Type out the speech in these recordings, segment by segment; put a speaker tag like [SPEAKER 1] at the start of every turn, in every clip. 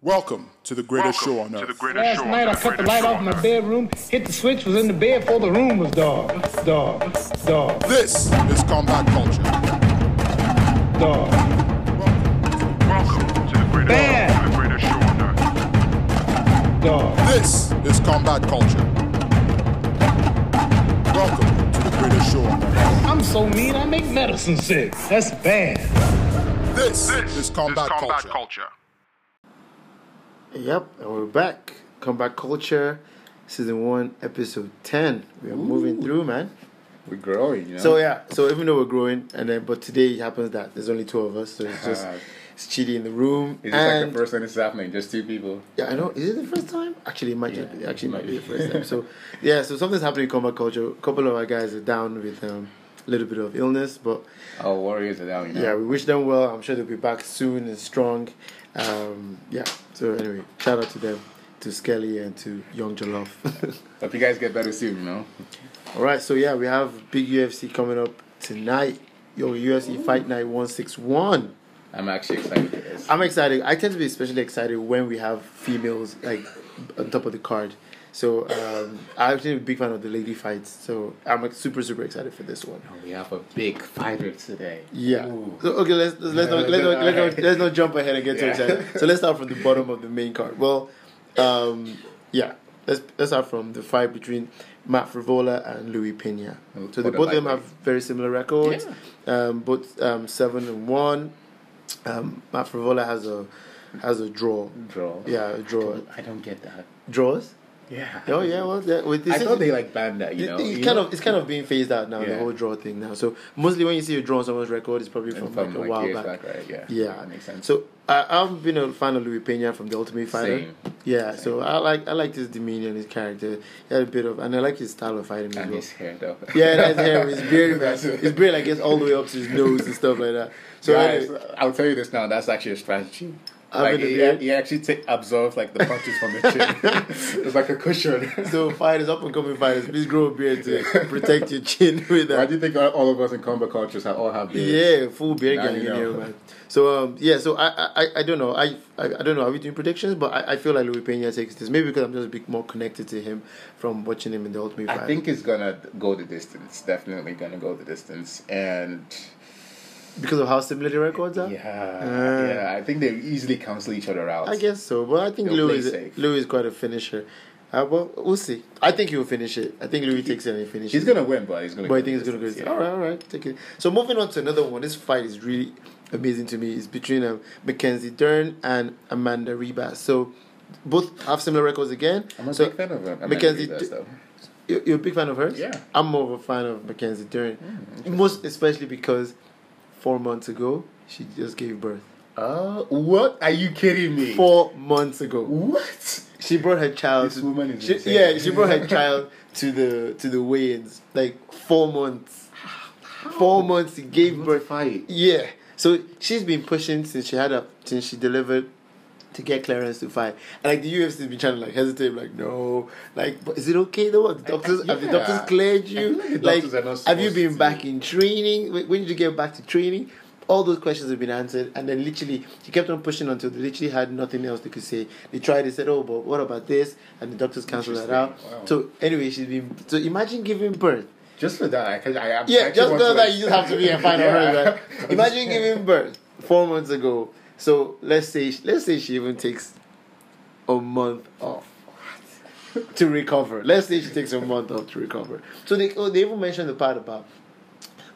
[SPEAKER 1] Welcome to the greatest show on
[SPEAKER 2] to the
[SPEAKER 1] earth.
[SPEAKER 2] greatest
[SPEAKER 3] Last
[SPEAKER 2] show
[SPEAKER 3] night I
[SPEAKER 2] on
[SPEAKER 3] cut the
[SPEAKER 2] greatest
[SPEAKER 3] light
[SPEAKER 2] show
[SPEAKER 3] off
[SPEAKER 2] on
[SPEAKER 3] my
[SPEAKER 2] earth.
[SPEAKER 3] bedroom, hit the switch, was in the bed before the room was dark, dark, dark,
[SPEAKER 1] This is combat culture.
[SPEAKER 3] dark.
[SPEAKER 2] Welcome to the greatest,
[SPEAKER 3] Bam.
[SPEAKER 2] to the greatest show on earth.
[SPEAKER 3] Dog,
[SPEAKER 1] This is combat culture. Welcome to the greatest show on earth.
[SPEAKER 3] I'm so mean, I make medicine sick. That's bad.
[SPEAKER 1] This,
[SPEAKER 2] This
[SPEAKER 1] is combat, culture.
[SPEAKER 4] Yep, and we're back. Comeback Culture, season one, episode ten. We are moving through, man.
[SPEAKER 5] We're growing, you know.
[SPEAKER 4] So yeah, so even though we're growing, and then but today it happens that there's only two of us, so it's just it's chilly in the room.
[SPEAKER 5] it's just like
[SPEAKER 4] and
[SPEAKER 5] the first time this is happening, just two people.
[SPEAKER 4] yeah, I know. Is it the first time? Actually, it might just be. Actually, it might be the
[SPEAKER 5] might be.
[SPEAKER 4] first time. So yeah, so something's happening in Comeback Culture. A couple of our guys are down with um, a little bit of illness, but
[SPEAKER 5] Our warriors are down, you know.
[SPEAKER 4] yeah, we wish them well. I'm sure they'll be back soon and strong. Um, yeah. So anyway, shout out to them, to Skelly and to Young Jollof.
[SPEAKER 5] Hope you guys get better soon, you know.
[SPEAKER 4] All right, so yeah, we have big UFC coming up tonight. Yo, UFC Fight Night 161.
[SPEAKER 5] I'm actually excited for this.
[SPEAKER 4] I'm excited. I tend to be especially excited when we have females like on top of the card. So um, I'm actually a big fan of the lady fights. So I'm like, super super excited for this one.
[SPEAKER 5] We have a big fighter today.
[SPEAKER 4] Yeah.
[SPEAKER 5] Ooh.
[SPEAKER 4] So, okay, let's let's, let's, not, let's, not, let's, not, let's not jump ahead and get too
[SPEAKER 5] Yeah.
[SPEAKER 4] excited. So let's start from the bottom of the main card. Well, um, yeah. Let's let's start from the fight between Matt Frivola and Louis Pena. So
[SPEAKER 5] For
[SPEAKER 4] the
[SPEAKER 5] the
[SPEAKER 4] both of them have
[SPEAKER 5] lightweight.
[SPEAKER 4] very similar records. Um, both um, seven and one. Um, Matt Frivola has a has a draw.
[SPEAKER 5] Draw.
[SPEAKER 4] Yeah, a draw.
[SPEAKER 5] I don't get that.
[SPEAKER 4] Draws.
[SPEAKER 5] Yeah.
[SPEAKER 4] Oh yeah, well, yeah, with this
[SPEAKER 5] I thought they like banned that, you know.
[SPEAKER 4] it's
[SPEAKER 5] You
[SPEAKER 4] kind
[SPEAKER 5] know?
[SPEAKER 4] of it's kind of being phased out now the
[SPEAKER 5] Yeah.
[SPEAKER 4] whole draw thing now. So mostly when you see a draw on someone's record, it's probably from,
[SPEAKER 5] from,
[SPEAKER 4] like a
[SPEAKER 5] like,
[SPEAKER 4] while
[SPEAKER 5] years
[SPEAKER 4] back.
[SPEAKER 5] back, right? Yeah.
[SPEAKER 4] Yeah,
[SPEAKER 5] That makes sense.
[SPEAKER 4] So I, I've been a fan of Louis Pena from The Ultimate Fighter.
[SPEAKER 5] Same.
[SPEAKER 4] Yeah, so I like I liked his demeanor and his character. He had a bit of, and I like his style of fighting as
[SPEAKER 5] and
[SPEAKER 4] well.
[SPEAKER 5] his hair though.
[SPEAKER 4] Yeah, that's hair. His beard, man.
[SPEAKER 5] That's it.
[SPEAKER 4] His beard, like, gets all the way up to his nose and stuff like that. So,
[SPEAKER 5] Guys,
[SPEAKER 4] anyway,
[SPEAKER 5] I'll tell you this now. That's actually a strategy.
[SPEAKER 4] Having
[SPEAKER 5] Like,
[SPEAKER 4] a
[SPEAKER 5] he,
[SPEAKER 4] beard?
[SPEAKER 5] he actually ta- absorbs like the punches from the chin. it's like a cushion.
[SPEAKER 4] so fighters, up and coming fighters, please grow a beard to protect your chin with that.
[SPEAKER 5] Why do you think all- all of us in combo cultures have all have beards?
[SPEAKER 4] Yeah, full beer
[SPEAKER 5] Now
[SPEAKER 4] gang in
[SPEAKER 5] you know.
[SPEAKER 4] here, man. So um, yeah, so I, I, I- I don't know. I, I I don't know. Are we doing predictions? But I, I feel like Louis Pena takes this. Maybe because I'm just a bit more connected to him from watching him in the Ultimate
[SPEAKER 5] I
[SPEAKER 4] Fighter.
[SPEAKER 5] think it's gonna go the distance. Definitely gonna go the distance. And
[SPEAKER 4] because of how similar the records
[SPEAKER 5] yeah,
[SPEAKER 4] are.
[SPEAKER 5] yeah, I think they easily cancel each other out.
[SPEAKER 4] I guess so. But I think
[SPEAKER 5] They'll
[SPEAKER 4] Louis
[SPEAKER 5] play
[SPEAKER 4] is,
[SPEAKER 5] safe.
[SPEAKER 4] Louis is quite a finisher. Uh, well, we'll see. I think he'll finish it. I think Louis takes it and he finishes.
[SPEAKER 5] he's
[SPEAKER 4] it.
[SPEAKER 5] gonna win, but he's gonna.
[SPEAKER 4] But I
[SPEAKER 5] go
[SPEAKER 4] think it's
[SPEAKER 5] the
[SPEAKER 4] gonna go.
[SPEAKER 5] distance,
[SPEAKER 4] All right, all right, take it. So moving on to another one. This fight is really amazing to me. It's between um, Mackenzie Dern and Amanda Ribas. So both have similar records again.
[SPEAKER 5] I'm a
[SPEAKER 4] so
[SPEAKER 5] big fan of him.
[SPEAKER 4] Mackenzie
[SPEAKER 5] Mackenzie, does,
[SPEAKER 4] Dern-
[SPEAKER 5] though.
[SPEAKER 4] you- You're a big fan of hers.
[SPEAKER 5] Yeah. Hmm,
[SPEAKER 4] I'm more of a fan of Mackenzie Dern, most especially because four months ago she just gave birth.
[SPEAKER 5] Uh, what? Are you kidding me?
[SPEAKER 4] Four months ago,
[SPEAKER 5] What?
[SPEAKER 4] she brought her child.
[SPEAKER 5] This woman is
[SPEAKER 4] she,
[SPEAKER 5] insane.
[SPEAKER 4] yeah, she brought her child to the to the weigh-ins like four months. Four months she gave birth.
[SPEAKER 5] fight.
[SPEAKER 4] Yeah. So she's been pushing since she had a since she delivered to get clearance to fight. And like the UFC's been trying to like hesitate, like no, like but is it okay though? Have the doctors have the
[SPEAKER 5] yeah.
[SPEAKER 4] doctors cleared
[SPEAKER 5] I
[SPEAKER 4] you?
[SPEAKER 5] feel like the
[SPEAKER 4] Like,
[SPEAKER 5] doctors are not
[SPEAKER 4] have you
[SPEAKER 5] supposed
[SPEAKER 4] been
[SPEAKER 5] to.
[SPEAKER 4] back in training? When when did you get back to training? All those questions have been answered, and then literally she kept on pushing until they literally had nothing else they could say. They tried, they said, "Oh, but what about this?" And the doctors canceled that out.
[SPEAKER 5] Interesting. Wow.
[SPEAKER 4] So anyway, she's been. So imagine giving birth.
[SPEAKER 5] Just for that, I, can- I, I
[SPEAKER 4] Yeah, just know
[SPEAKER 5] know
[SPEAKER 4] that you just have to be a fan of her,
[SPEAKER 5] Yeah.
[SPEAKER 4] right? Imagine giving birth four months ago. So let's say let's say she even takes a month off to recover. Let's say she takes a month off to recover. So they oh, they even mentioned the part about,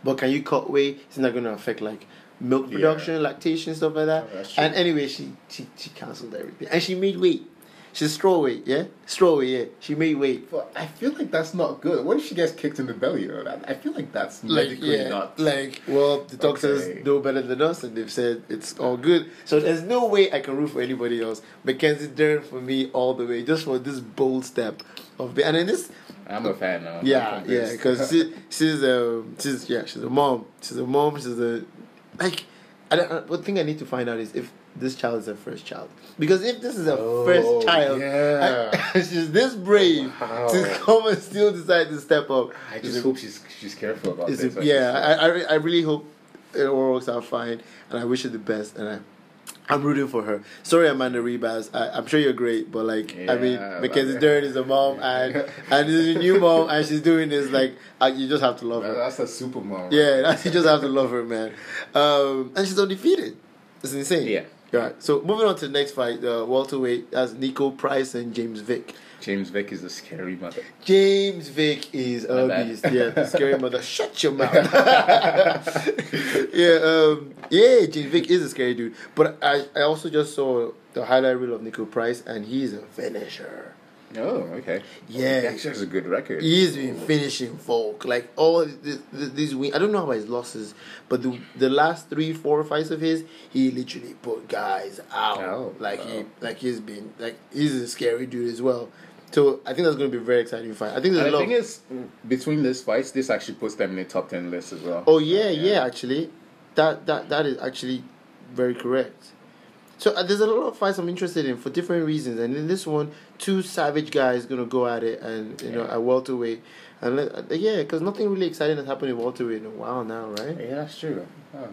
[SPEAKER 4] but can you cut weight? It's not going to affect like milk
[SPEAKER 5] Yeah.
[SPEAKER 4] production, lactation, stuff like that.
[SPEAKER 5] Oh, that's true.
[SPEAKER 4] and anyway, she she she canceled everything, and she made weight. She's straw weight, yeah, straw weight, yeah. She made weight.
[SPEAKER 5] But I feel like that's not good. What if she gets kicked in the belly or that? I feel like that's
[SPEAKER 4] like
[SPEAKER 5] medically
[SPEAKER 4] yeah,
[SPEAKER 5] not.
[SPEAKER 4] like well, the doctors
[SPEAKER 5] Okay.
[SPEAKER 4] know better than us, and they've said it's all good. So there's no way I can root for anybody else. Mackenzie Dern for me all the way, just for this bold step of be- and then this
[SPEAKER 5] I'm a fan now.
[SPEAKER 4] yeah
[SPEAKER 5] I'm
[SPEAKER 4] yeah
[SPEAKER 5] convinced.
[SPEAKER 4] because she, she's um she's yeah she's a mom she's a mom she's a like I don't I- one thing I need to find out is if this child is her first child because if this is her
[SPEAKER 5] Oh,
[SPEAKER 4] first child
[SPEAKER 5] yeah. Oh,
[SPEAKER 4] and she's this brave
[SPEAKER 5] Wow.
[SPEAKER 4] to come and still decide to step up
[SPEAKER 5] I
[SPEAKER 4] is
[SPEAKER 5] just
[SPEAKER 4] a-
[SPEAKER 5] hope she's she's careful about
[SPEAKER 4] it's
[SPEAKER 5] this.
[SPEAKER 4] a,
[SPEAKER 5] like
[SPEAKER 4] yeah,
[SPEAKER 5] you said.
[SPEAKER 4] I, I, re- I really hope it all works out fine, and I wish her the best, and I I'm rooting for her. Sorry, Amanda Rebas. I, I'm sure you're great, but like, I mean,
[SPEAKER 5] Yeah, I
[SPEAKER 4] Mackenzie
[SPEAKER 5] love it.
[SPEAKER 4] Dern is a mom, and and this is a new mom, and she's doing this. Like, uh, you just have to love
[SPEAKER 5] That-
[SPEAKER 4] her.
[SPEAKER 5] That's a super mom.
[SPEAKER 4] Yeah, that's, you just have to love her, man. Um, and she's undefeated. It's insane.
[SPEAKER 5] Yeah.
[SPEAKER 4] Right. So moving on to the next fight, uh, welterweight. That's Nico Price and James Vick.
[SPEAKER 5] James Vick is a scary mother.
[SPEAKER 4] James Vick is a
[SPEAKER 5] bad.
[SPEAKER 4] beast. Yeah, the scary mother. Shut your mouth. yeah, um, yeah, James Vick is a scary dude. But I, I also just saw the highlight reel of Nico Price, and he's a finisher.
[SPEAKER 5] Oh, okay.
[SPEAKER 4] Yeah.
[SPEAKER 5] He actually has a good record.
[SPEAKER 4] He's been finishing folk. Like all these, these win. I don't know about his losses, but the the last three, four fights of his, he literally put guys out.
[SPEAKER 5] Oh,
[SPEAKER 4] like
[SPEAKER 5] wow.
[SPEAKER 4] he, like he's been, like he's a scary dude as well. So I think that's going to be a very exciting fight. I think there's
[SPEAKER 5] And
[SPEAKER 4] a
[SPEAKER 5] the
[SPEAKER 4] lot.
[SPEAKER 5] thing is, between these fights, this actually puts them in the top 10 list as well.
[SPEAKER 4] Oh yeah, yeah, Actually, that that that is actually very correct. So uh, there's a lot of fights I'm interested in for different reasons, and in this one, two savage guys gonna go at it, and you know at welterweight, and let- uh, yeah, because nothing really exciting has happened in welterweight in a while now, right?
[SPEAKER 5] Yeah, that's true.
[SPEAKER 4] Uh,
[SPEAKER 5] Oh.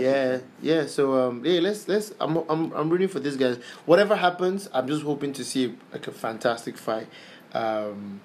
[SPEAKER 4] Yeah, yeah. So um, yeah, let's let's. I'm I'm I'm rooting for these guys. Whatever happens, I'm just hoping to see like a fantastic fight. Um,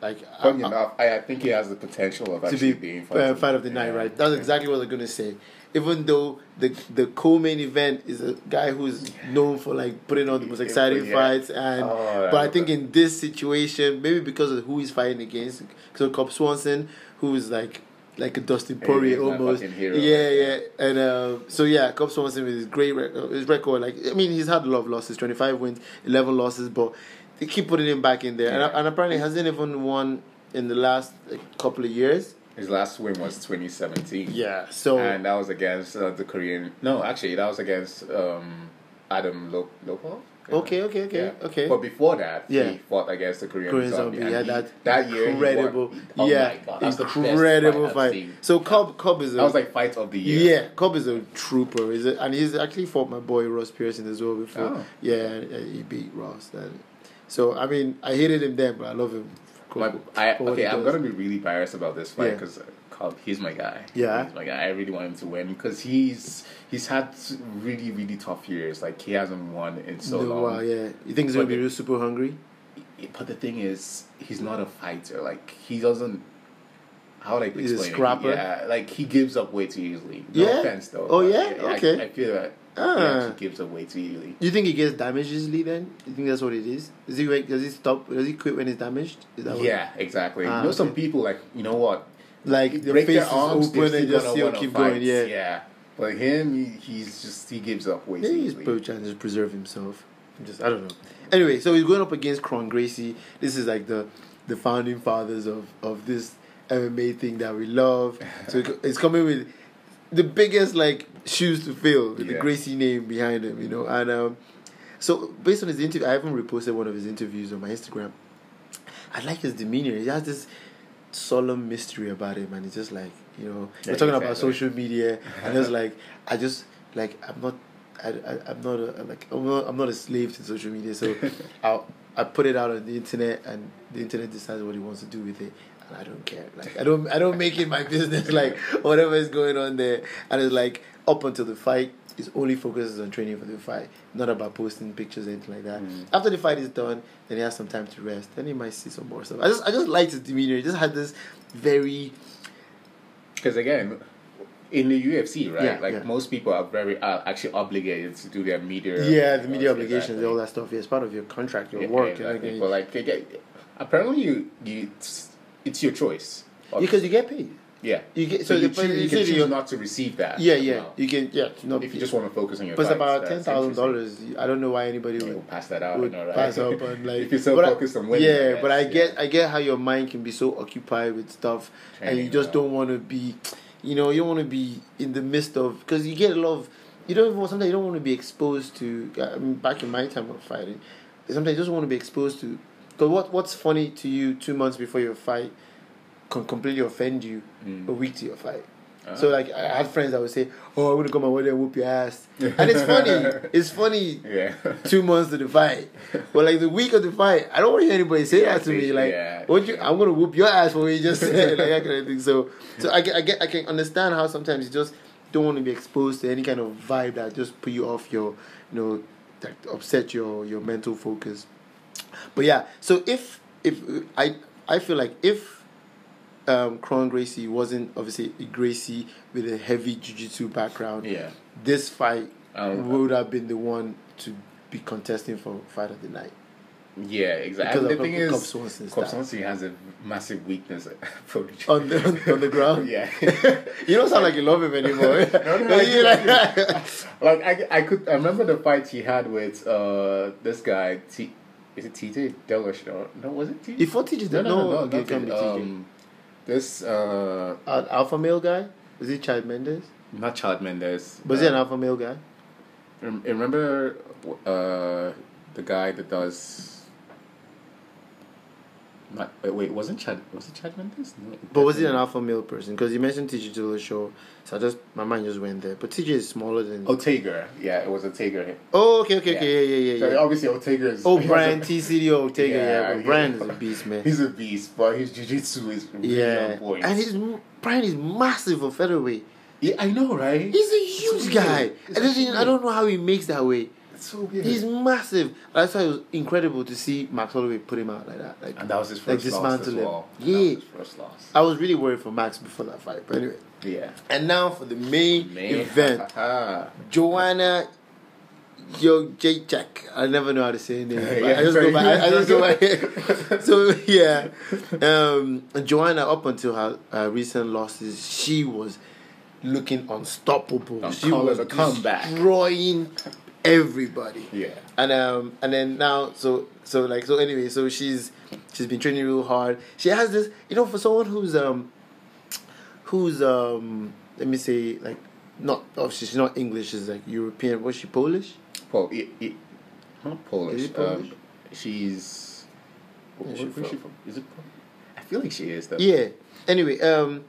[SPEAKER 4] like
[SPEAKER 5] Funny
[SPEAKER 4] I'm-
[SPEAKER 5] enough, I, I think he has the potential of
[SPEAKER 4] uh, to
[SPEAKER 5] actually
[SPEAKER 4] be
[SPEAKER 5] being
[SPEAKER 4] uh, fight of the night, right? That's exactly what I'm gonna say. Even though the the co-main event is a guy who's known for like putting on the most exciting
[SPEAKER 5] Yeah.
[SPEAKER 4] fights, and
[SPEAKER 5] Oh,
[SPEAKER 4] but I
[SPEAKER 5] yeah.
[SPEAKER 4] think in this situation, maybe because of who he's fighting against, so Cobb Swanson, who is like like a Dustin Poirier
[SPEAKER 5] he's my
[SPEAKER 4] almost,
[SPEAKER 5] fucking hero.
[SPEAKER 4] yeah, yeah, and uh, so yeah, Cobb Swanson with his great rec- uh, his record, like I mean, he's had a lot of losses, twenty five wins, eleven losses, but they keep putting him back in there, and,
[SPEAKER 5] Yeah.
[SPEAKER 4] and apparently hasn't even won in the last like, couple of years.
[SPEAKER 5] His last win was 2017.
[SPEAKER 4] Yeah. So
[SPEAKER 5] And that was against uh, the Korean. No, actually, that was against um, Adam Lo- Lopov. Yeah.
[SPEAKER 4] okay, okay, okay,
[SPEAKER 5] Yeah.
[SPEAKER 4] okay.
[SPEAKER 5] But before that,
[SPEAKER 4] Yeah.
[SPEAKER 5] he fought against the Korean,
[SPEAKER 4] Korean zombie,
[SPEAKER 5] zombie. and
[SPEAKER 4] yeah,
[SPEAKER 5] he-
[SPEAKER 4] that,
[SPEAKER 5] that year he won.
[SPEAKER 4] incredible,
[SPEAKER 5] Oh
[SPEAKER 4] yeah,
[SPEAKER 5] my God, that's the best
[SPEAKER 4] incredible
[SPEAKER 5] I've
[SPEAKER 4] fight.
[SPEAKER 5] seen.
[SPEAKER 4] So Cobb, Cobb is a,
[SPEAKER 5] that was like fight of the year.
[SPEAKER 4] yeah, Cobb is a trooper, is it? And he's actually fought my boy Ross Pearson as well before.
[SPEAKER 5] Oh.
[SPEAKER 4] Yeah, and- and he beat Ross. And so I mean, I hated him then, but I love him. for-
[SPEAKER 5] My,
[SPEAKER 4] for
[SPEAKER 5] I,
[SPEAKER 4] what he
[SPEAKER 5] okay, I'm
[SPEAKER 4] does.
[SPEAKER 5] gonna be really biased about this fight
[SPEAKER 4] Yeah.
[SPEAKER 5] because Cobb, he's my guy.
[SPEAKER 4] Yeah.
[SPEAKER 5] he's my guy. I really want him to win because he's he's had really really tough years. Like he hasn't won in so
[SPEAKER 4] No, uh,
[SPEAKER 5] long.
[SPEAKER 4] wow, yeah. You think he's gonna
[SPEAKER 5] But
[SPEAKER 4] be
[SPEAKER 5] the-
[SPEAKER 4] real super hungry?
[SPEAKER 5] But the thing is, he's not a fighter. Like he doesn't. How would I explain?
[SPEAKER 4] He's a
[SPEAKER 5] it?
[SPEAKER 4] scrapper?
[SPEAKER 5] Yeah, like he gives up way too easily. No
[SPEAKER 4] Yeah?
[SPEAKER 5] offense, though.
[SPEAKER 4] Oh,
[SPEAKER 5] but
[SPEAKER 4] yeah?
[SPEAKER 5] I-
[SPEAKER 4] Okay.
[SPEAKER 5] I, feel that he
[SPEAKER 4] Ah.
[SPEAKER 5] actually gives up way too easily.
[SPEAKER 4] You think he gets damaged easily? Then you think that's what it is? Is he like, does he stop? Does he quit when he's damaged? Is that what
[SPEAKER 5] Yeah, exactly.
[SPEAKER 4] Ah,
[SPEAKER 5] you know, some
[SPEAKER 4] okay.
[SPEAKER 5] people like you know what?
[SPEAKER 4] Like their
[SPEAKER 5] break
[SPEAKER 4] face
[SPEAKER 5] their
[SPEAKER 4] is
[SPEAKER 5] arms, they
[SPEAKER 4] open and
[SPEAKER 5] still
[SPEAKER 4] just
[SPEAKER 5] gonna
[SPEAKER 4] still
[SPEAKER 5] wanna
[SPEAKER 4] keep
[SPEAKER 5] fight.
[SPEAKER 4] going. Yeah.
[SPEAKER 5] yeah. But him, he, he's just he gives up way too
[SPEAKER 4] Maybe he's
[SPEAKER 5] easily.
[SPEAKER 4] probably trying to just preserve himself. I'm Just I don't know. Anyway, so he's going up against Cron Gracie. This is like the the founding fathers of of this MMA thing that we love. So he co- he's coming with the biggest like shoes to fill with the
[SPEAKER 5] Yeah.
[SPEAKER 4] Gracie name behind him, you know. And um, so based on his interview, I haven't reposted one of his interviews on my Instagram. I like his demeanor. He has this solemn mystery about him, and it's just like you know,
[SPEAKER 5] Yeah,
[SPEAKER 4] we're talking about
[SPEAKER 5] exactly.
[SPEAKER 4] social media, and it's like I just like I'm not, I, I am not a I'm like I'm not, I'm not a slave to social media, so I I put it out on the internet, and the internet decides what it wants to do with it. and I don't care. Like I don't, I don't make it my business. Like whatever is going on there, and it's like up until the fight, his only focus is on training for the fight, not about posting pictures or anything like that. After the fight is done, then he has some time to rest. Then he might see some more stuff. I just, I just liked his demeanor. He just had this very
[SPEAKER 5] Because again, in the UFC, right?
[SPEAKER 4] Yeah,
[SPEAKER 5] like
[SPEAKER 4] yeah.
[SPEAKER 5] most people are very are actually obligated to do their media.
[SPEAKER 4] yeah, the media
[SPEAKER 5] uh,
[SPEAKER 4] obligations,
[SPEAKER 5] exactly.
[SPEAKER 4] all that stuff. Yeah, it's part of your contract, your
[SPEAKER 5] Yeah,
[SPEAKER 4] work. you know,
[SPEAKER 5] exactly.
[SPEAKER 4] you-
[SPEAKER 5] But like, again, apparently, you, you it's, it's your choice. Of-
[SPEAKER 4] because you get paid.
[SPEAKER 5] yeah,
[SPEAKER 4] you get-
[SPEAKER 5] so,
[SPEAKER 4] so
[SPEAKER 5] you,
[SPEAKER 4] the-
[SPEAKER 5] choose, you
[SPEAKER 4] you
[SPEAKER 5] can
[SPEAKER 4] say
[SPEAKER 5] choose
[SPEAKER 4] you're-
[SPEAKER 5] not to receive that.
[SPEAKER 4] Yeah, yeah,
[SPEAKER 5] amount.
[SPEAKER 4] you can. Yeah, no,
[SPEAKER 5] if you just want to focus on your.
[SPEAKER 4] But it's
[SPEAKER 5] fights,
[SPEAKER 4] about ten
[SPEAKER 5] that's
[SPEAKER 4] thousand
[SPEAKER 5] interesting.
[SPEAKER 4] dollars. I don't know why anybody
[SPEAKER 5] Yeah, we'll
[SPEAKER 4] would
[SPEAKER 5] pass that out.
[SPEAKER 4] would
[SPEAKER 5] and all that.
[SPEAKER 4] pass up on like.
[SPEAKER 5] if you're so
[SPEAKER 4] but I-
[SPEAKER 5] focused on winning.
[SPEAKER 4] Yeah, but I
[SPEAKER 5] guess,
[SPEAKER 4] get I get how your mind can be so occupied with stuff, and
[SPEAKER 5] Training,
[SPEAKER 4] you just
[SPEAKER 5] yeah.
[SPEAKER 4] don't want to be, you know, you don't want to be in the midst of because you get a lot of you don't even want- sometimes you don't want to be exposed to. I mean, back in my time of fighting, sometimes you just want to be exposed to. Because what what's funny to you two months before your fight can completely offend you
[SPEAKER 5] Mm.
[SPEAKER 4] a week to your fight.
[SPEAKER 5] Ah.
[SPEAKER 4] So like I I had friends that would say, "Oh, I'm gonna come and there and whoop your ass," and it's funny. It's funny
[SPEAKER 5] Yeah.
[SPEAKER 4] two months to the fight. But like the week of the fight, I don't want to hear anybody say
[SPEAKER 5] Yeah,
[SPEAKER 4] that to me.
[SPEAKER 5] yeah,
[SPEAKER 4] Like,
[SPEAKER 5] yeah.
[SPEAKER 4] what you? I'm gonna whoop your ass for what you just said. like that kind of thing. So, so I get, I get, I can understand how sometimes you just don't want to be exposed to any kind of vibe that just put you off your, you know, that upset your your mental focus. But yeah, so if if I I feel like if um, Kron Gracie wasn't obviously a Gracie with a heavy jiu-jitsu background,
[SPEAKER 5] Yeah.
[SPEAKER 4] this fight
[SPEAKER 5] Um,
[SPEAKER 4] would have been the one to be contesting for fight of the night.
[SPEAKER 5] Yeah,
[SPEAKER 4] Because
[SPEAKER 5] exactly. And the
[SPEAKER 4] of
[SPEAKER 5] thing
[SPEAKER 4] Cobb-
[SPEAKER 5] is,
[SPEAKER 4] Cobb Swanson's
[SPEAKER 5] Cobb
[SPEAKER 4] style.
[SPEAKER 5] Swanson has a massive weakness at approach.
[SPEAKER 4] On the- on- on the ground?
[SPEAKER 5] yeah.
[SPEAKER 4] You don't sound like you love him anymore.
[SPEAKER 5] No, no, no,
[SPEAKER 4] You like-
[SPEAKER 5] like I, I could I remember the fight he had with uh this guy T, is it TJ Delish or no was it TJ?
[SPEAKER 4] He fought TJ
[SPEAKER 5] No, no, no, no,
[SPEAKER 4] no, it
[SPEAKER 5] not
[SPEAKER 4] can't
[SPEAKER 5] TJ.
[SPEAKER 4] be TJ.
[SPEAKER 5] Um, this uh
[SPEAKER 4] An alpha male guy? Is it Chad Mendes?
[SPEAKER 5] not Chad Mendes.
[SPEAKER 4] Was he an alpha male guy?
[SPEAKER 5] Rem- Remember uh, the guy that does. Not, wait, wait, wasn't Chad? Was it Chad Mendes? No,
[SPEAKER 4] But was he an alpha male person? Because you mentioned TJ Dillashaw, so I just my mind just went there. But TJ is smaller than.
[SPEAKER 5] Oh, Tager. Yeah, it was a Tager.
[SPEAKER 4] Oh, okay, okay, okay, yeah, yeah, yeah.
[SPEAKER 5] So
[SPEAKER 4] yeah.
[SPEAKER 5] obviously, Otager is.
[SPEAKER 4] oh,
[SPEAKER 5] he has
[SPEAKER 4] Brian
[SPEAKER 5] a-
[SPEAKER 4] TCD Ortega, yeah,
[SPEAKER 5] Yeah,
[SPEAKER 4] but
[SPEAKER 5] yeah.
[SPEAKER 4] Brian is a beast, man.
[SPEAKER 5] He's a beast, but his jiu-jitsu is really
[SPEAKER 4] yeah,
[SPEAKER 5] on point.
[SPEAKER 4] and he's Brian is massive for featherweight.
[SPEAKER 5] yeah, I know, right?
[SPEAKER 4] He's a huge
[SPEAKER 5] weird.
[SPEAKER 4] guy.
[SPEAKER 5] It's
[SPEAKER 4] I don't, think- I
[SPEAKER 5] weird.
[SPEAKER 4] don't know how he makes that way.
[SPEAKER 5] It's so weird.
[SPEAKER 4] He's massive. That's why it was incredible to see Max Holloway put him out like that. Like,
[SPEAKER 5] and that was his
[SPEAKER 4] like
[SPEAKER 5] first loss as
[SPEAKER 4] dismantle him.
[SPEAKER 5] well. That was
[SPEAKER 4] Yeah,
[SPEAKER 5] his first loss.
[SPEAKER 4] I was really worried for Max before that fight, but anyway.
[SPEAKER 5] Yeah.
[SPEAKER 4] And now for the main
[SPEAKER 5] Man.
[SPEAKER 4] event.
[SPEAKER 5] Ah.
[SPEAKER 4] Joanna Yo Jacek. I never know how to say her name. but
[SPEAKER 5] Yeah,
[SPEAKER 4] I just
[SPEAKER 5] very-
[SPEAKER 4] go by. I, I just go by. so yeah, um, Joanna up until her uh, recent losses, she was looking unstoppable.
[SPEAKER 5] Don't
[SPEAKER 4] she
[SPEAKER 5] call
[SPEAKER 4] was
[SPEAKER 5] it a comeback.
[SPEAKER 4] destroying everybody.
[SPEAKER 5] Yeah.
[SPEAKER 4] And um and then now so so like so anyway so she's she's been training real hard. She has this you know for someone who's um who's um let me say like not obviously she's not English she's like European was she Polish
[SPEAKER 5] Pol- i i not Polish.
[SPEAKER 4] Is it Polish?
[SPEAKER 5] Um, she's.
[SPEAKER 4] Yeah,
[SPEAKER 5] Where's
[SPEAKER 4] she
[SPEAKER 5] she from? Is it? Pol- I feel like she is though.
[SPEAKER 4] yeah anyway um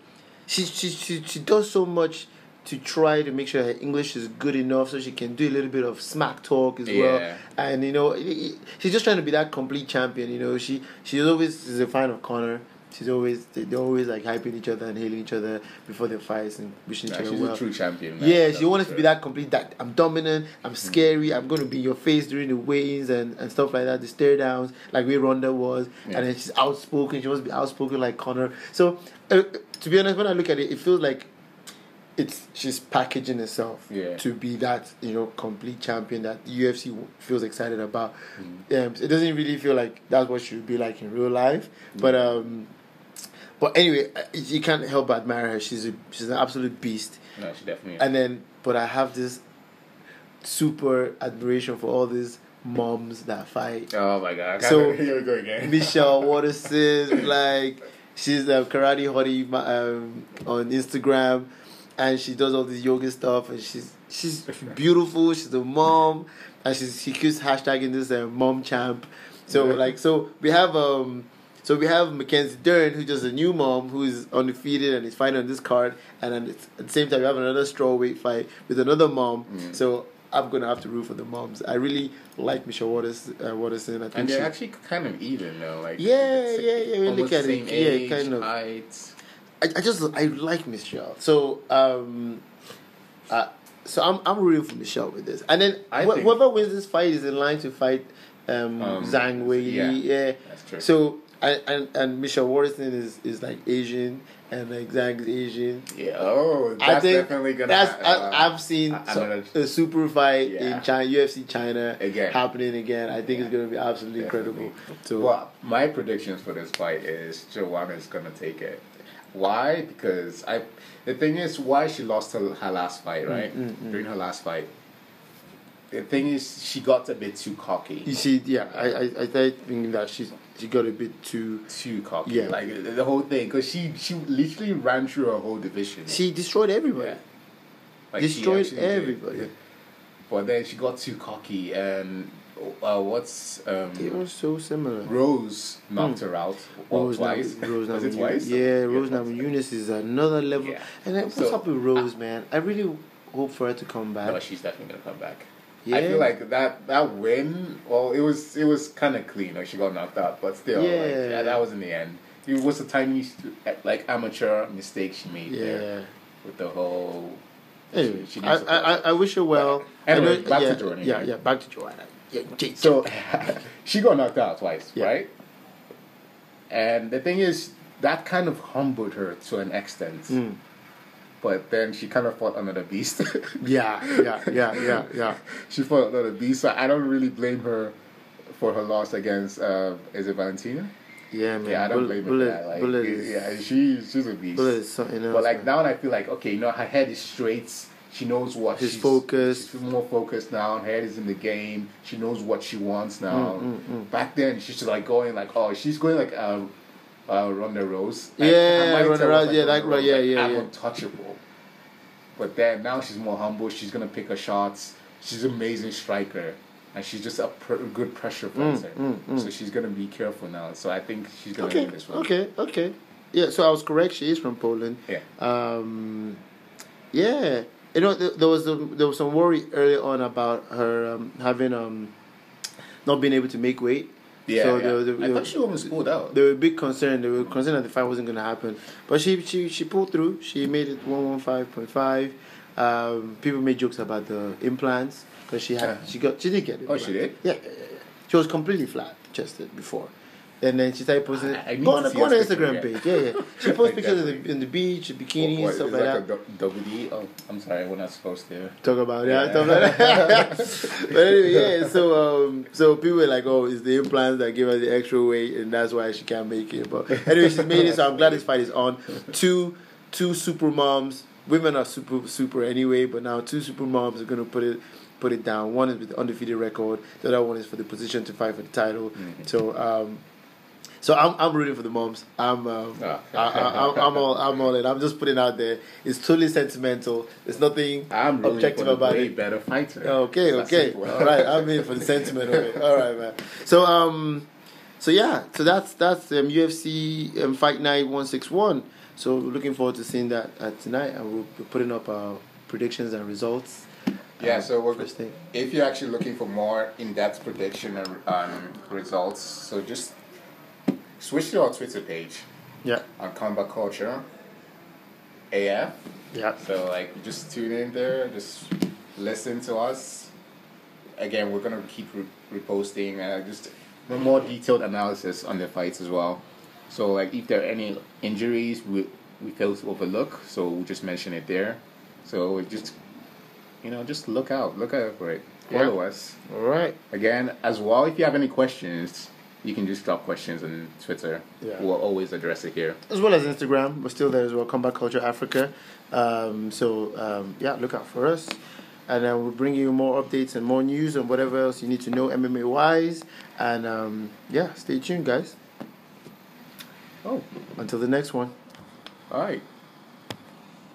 [SPEAKER 4] she she she, she does so much to try to make sure her English is good enough so she can do a little bit of smack talk as well
[SPEAKER 5] Yeah.
[SPEAKER 4] and you know i- i- she's just trying to be that complete champion you know she she's always is a fan of Connor she's always they- they're always like hyping each other and hailing each other before the fights and wishing
[SPEAKER 5] Nah,
[SPEAKER 4] each other
[SPEAKER 5] she's
[SPEAKER 4] well
[SPEAKER 5] a true champion. man.
[SPEAKER 4] Yeah,
[SPEAKER 5] That's
[SPEAKER 4] she wanted
[SPEAKER 5] for
[SPEAKER 4] to be
[SPEAKER 5] sure.
[SPEAKER 4] that complete. That I'm dominant.
[SPEAKER 5] Mm.
[SPEAKER 4] I'm scary. I'm going to be in your face during the weigh-ins and, and stuff like that. The stare downs, like where Ronda was,
[SPEAKER 5] Yeah.
[SPEAKER 4] and then she's outspoken. She wants to be outspoken like Connor. So, uh, to be honest, when I look at it, it feels like it's she's packaging herself
[SPEAKER 5] Yeah.
[SPEAKER 4] to be that you know complete champion that the UFC w- feels excited about.
[SPEAKER 5] Mm.
[SPEAKER 4] Um, so it doesn't really feel like that's what she would be like in real life,
[SPEAKER 5] Mm.
[SPEAKER 4] but um. But anyway, I- you can't help but admire her. She's a, she's an absolute beast.
[SPEAKER 5] No, she definitely. Is.
[SPEAKER 4] And then, but I have this super admiration for all these moms that fight.
[SPEAKER 5] oh my god!
[SPEAKER 4] So-
[SPEAKER 5] So here we go again.
[SPEAKER 4] Michelle Waterson, like she's a karate hottie ma- um, on Instagram, and she does all this yoga stuff, and she's she's beautiful. She's a mom, and she's she keeps hashtagging this uh, mom champ. So
[SPEAKER 5] Yeah.
[SPEAKER 4] like so we have um so we have Mackenzie Dern who's just a new mom who's undefeated and is fighting on this card, and then it's, at the same time we have another strawweight fight with another mom.
[SPEAKER 5] Mm.
[SPEAKER 4] So. I'm gonna have to root for the moms. I really like Michelle Waters, uh, Waterson. I think
[SPEAKER 5] and
[SPEAKER 4] she-
[SPEAKER 5] they're actually kind of even though. Like
[SPEAKER 4] Yeah,
[SPEAKER 5] it's
[SPEAKER 4] yeah, yeah, we
[SPEAKER 5] almost
[SPEAKER 4] look at
[SPEAKER 5] same
[SPEAKER 4] it, yeah,
[SPEAKER 5] Age,
[SPEAKER 4] kind of.
[SPEAKER 5] Height.
[SPEAKER 4] I, I just I like Michelle. So um, uh, so I'm I'm rooting for Michelle with this. And then
[SPEAKER 5] I
[SPEAKER 4] wh-
[SPEAKER 5] think-
[SPEAKER 4] whoever wins this fight is in line to fight um,
[SPEAKER 5] Um,
[SPEAKER 4] Zhang Wei. Yeah,
[SPEAKER 5] yeah, that's true.
[SPEAKER 4] So and and, and Michelle Warrison is is like Asian and like Zhang is Asian.
[SPEAKER 5] Yeah. Oh, that's
[SPEAKER 4] I think
[SPEAKER 5] definitely gonna. uh,
[SPEAKER 4] that's
[SPEAKER 5] happen.
[SPEAKER 4] I, I've seen
[SPEAKER 5] I- I
[SPEAKER 4] so-
[SPEAKER 5] know that-
[SPEAKER 4] a super fight
[SPEAKER 5] Yeah.
[SPEAKER 4] in China, UFC China
[SPEAKER 5] Again.
[SPEAKER 4] happening again. I think it's going to be absolutely
[SPEAKER 5] Definitely.
[SPEAKER 4] incredible. So
[SPEAKER 5] Well, my predictions for this fight is Joanna's gonna take it. Why? Because I, the thing is, why she lost her, her last
[SPEAKER 4] Mm,
[SPEAKER 5] fight, right? During her last fight, the thing is, she got a bit too
[SPEAKER 4] you
[SPEAKER 5] cocky.
[SPEAKER 4] see, yeah, I I, I think that she's she got a bit too.
[SPEAKER 5] Too cocky,
[SPEAKER 4] Yeah.
[SPEAKER 5] Like the the whole thing, because she she literally ran through her whole division.
[SPEAKER 4] She destroyed everybody.
[SPEAKER 5] Yeah. Like, she
[SPEAKER 4] destroyed
[SPEAKER 5] actually did.
[SPEAKER 4] everybody.
[SPEAKER 5] But then she got too cocky, and uh, what's um,
[SPEAKER 4] It was so similar.
[SPEAKER 5] Rose knocked her out well,
[SPEAKER 4] Mm. Rose
[SPEAKER 5] twice.
[SPEAKER 4] Nam- Rose
[SPEAKER 5] Was it
[SPEAKER 4] Namajunas-
[SPEAKER 5] twice?
[SPEAKER 4] Yeah, Rose
[SPEAKER 5] twice.
[SPEAKER 4] Namajunas is another level.
[SPEAKER 5] Yeah.
[SPEAKER 4] And then what's
[SPEAKER 5] So-
[SPEAKER 4] up with Rose, man? I really hope for her to come back.
[SPEAKER 5] No, she's definitely gonna come back.
[SPEAKER 4] Yeah.
[SPEAKER 5] I feel like that that win. Well, it was it was kind of clean. Like she got knocked out, but still, like,
[SPEAKER 4] Yeah.
[SPEAKER 5] yeah, that was in the end. It was a tiny, st- like amateur mistake she made
[SPEAKER 4] yeah.
[SPEAKER 5] there with the whole
[SPEAKER 4] Anyway,
[SPEAKER 5] She
[SPEAKER 4] I,
[SPEAKER 5] needs to
[SPEAKER 4] I, I, I wish her well.
[SPEAKER 5] Anyway,
[SPEAKER 4] I know-
[SPEAKER 5] back to
[SPEAKER 4] yeah,
[SPEAKER 5] Joanna
[SPEAKER 4] Yeah,
[SPEAKER 5] here.
[SPEAKER 4] yeah, back to Joanna. Yeah, Jason.
[SPEAKER 5] So she got knocked out twice,
[SPEAKER 4] Yeah.
[SPEAKER 5] right? And the thing is, that kind of humbled her to an extent.
[SPEAKER 4] Mm.
[SPEAKER 5] But then she kind of fought another beast.
[SPEAKER 4] yeah, yeah, yeah, yeah, yeah.
[SPEAKER 5] she fought another beast. So I don't really blame her for her loss against, uh, is it Valentina?
[SPEAKER 4] Yeah, man.
[SPEAKER 5] Yeah, I don't
[SPEAKER 4] Bull-
[SPEAKER 5] blame her
[SPEAKER 4] Bullet,
[SPEAKER 5] for that. Like,
[SPEAKER 4] bullet, is-
[SPEAKER 5] yeah, she, she's a beast.
[SPEAKER 4] bullet is something else.
[SPEAKER 5] But like
[SPEAKER 4] man.
[SPEAKER 5] now, I feel like okay, you know, her head is straight. She knows what
[SPEAKER 4] She's
[SPEAKER 5] she's
[SPEAKER 4] focused.
[SPEAKER 5] She's more focused now. Her head is in the game. She knows what she wants now.
[SPEAKER 4] Mm,
[SPEAKER 5] Back then, she's just like going like oh, she's going like uh, uh Ronda Rose. Like,
[SPEAKER 4] Yeah,
[SPEAKER 5] her mindset
[SPEAKER 4] Ronda
[SPEAKER 5] was
[SPEAKER 4] Rouse, yeah,
[SPEAKER 5] Ronda
[SPEAKER 4] like, right, yeah, yeah,
[SPEAKER 5] I'm
[SPEAKER 4] yeah.
[SPEAKER 5] untouchable. But then now she's more humble. She's gonna pick her shots. She's an amazing striker. And she's just a pr- good pressure
[SPEAKER 4] Mm,
[SPEAKER 5] fighter, so she's gonna be careful now. So I think she's gonna
[SPEAKER 4] Okay,
[SPEAKER 5] win this one.
[SPEAKER 4] okay, okay. Yeah, so I was correct. She is from Poland.
[SPEAKER 5] Yeah.
[SPEAKER 4] Um, yeah. You know, th- there was there was some worry early on about her um, having um, not being able to make weight.
[SPEAKER 5] Yeah,
[SPEAKER 4] So
[SPEAKER 5] yeah.
[SPEAKER 4] there was- there
[SPEAKER 5] I thought
[SPEAKER 4] was-
[SPEAKER 5] she almost pulled out.
[SPEAKER 4] They were big concerned. They were concerned that the fight wasn't going to happen, but she she she pulled through. She made it one one five point five. Um, people made jokes about the implants because she had
[SPEAKER 5] Yeah.
[SPEAKER 4] she got she did get it.
[SPEAKER 5] Oh, she did?
[SPEAKER 4] Yeah, yeah, yeah, yeah. She was completely flat chested before, and then she started posting.
[SPEAKER 5] I- I need
[SPEAKER 4] go on,
[SPEAKER 5] to see
[SPEAKER 4] go on her
[SPEAKER 5] this picture,
[SPEAKER 4] Instagram
[SPEAKER 5] yeah.
[SPEAKER 4] page. Yeah, yeah. She posts
[SPEAKER 5] Like
[SPEAKER 4] pictures of
[SPEAKER 5] that.
[SPEAKER 4] the, in the beach, bikini,
[SPEAKER 5] What- what,
[SPEAKER 4] stuff
[SPEAKER 5] is
[SPEAKER 4] like
[SPEAKER 5] that
[SPEAKER 4] that.
[SPEAKER 5] a dou- WD? Oh, I'm sorry, we're not supposed to.
[SPEAKER 4] Talk about that, stuff like that. but anyway, yeah. So, um, so people were like, "Oh, it's the implants that give her the extra weight, and that's why she can't make it." But anyway, she's made it. So I'm glad this fight is on. Two, two super moms. Women are super, super anyway. But now two super moms are gonna put it, put it down. One is with the undefeated record. The other one is for the position to fight for the title. So, um, so I'm, I'm rooting for the moms. I'm um,
[SPEAKER 5] Ah.
[SPEAKER 4] I, I, I'm, I'm all I'm all in. I'm just putting it out there. It's totally sentimental. There's nothing
[SPEAKER 5] I'm really
[SPEAKER 4] objective about it.
[SPEAKER 5] better fighter.
[SPEAKER 4] Okay,
[SPEAKER 5] That's
[SPEAKER 4] okay,
[SPEAKER 5] simple.
[SPEAKER 4] all right. I'm in for the sentiment of it. All right, man. So um, so yeah, so that's that's um, UFC um, Fight Night One Six One. So we're looking forward to seeing that uh, tonight, and we'll be putting up our predictions and results.
[SPEAKER 5] Yeah,
[SPEAKER 4] Um,
[SPEAKER 5] so we're,
[SPEAKER 4] first thing.
[SPEAKER 5] if you're actually looking for more in-depth prediction and um, results, so just switch to our Twitter page
[SPEAKER 4] Yeah,
[SPEAKER 5] on Combat Culture AF.
[SPEAKER 4] yeah.
[SPEAKER 5] So like, just tune in there, just listen to us. Again, we're gonna keep re- reposting uh, just the more detailed analysis on the fights as well. So like, if there are any injuries we we fail to overlook, so we'll just mention it there. So we just you know, just look out, look out for it.
[SPEAKER 4] Yeah.
[SPEAKER 5] Follow us
[SPEAKER 4] All right.
[SPEAKER 5] again as well. If you have any questions, you can just drop questions on Twitter.
[SPEAKER 4] Yeah.
[SPEAKER 5] We'll always address it here.
[SPEAKER 4] as well as Instagram. We're still there as well, Combat Culture Africa. Um, so um, yeah, look out for us, and then we'll bring you more updates and more news and whatever else you need to know MMA wise. And um, yeah, stay tuned, guys.
[SPEAKER 5] Oh,
[SPEAKER 4] Until the next one.
[SPEAKER 5] all right.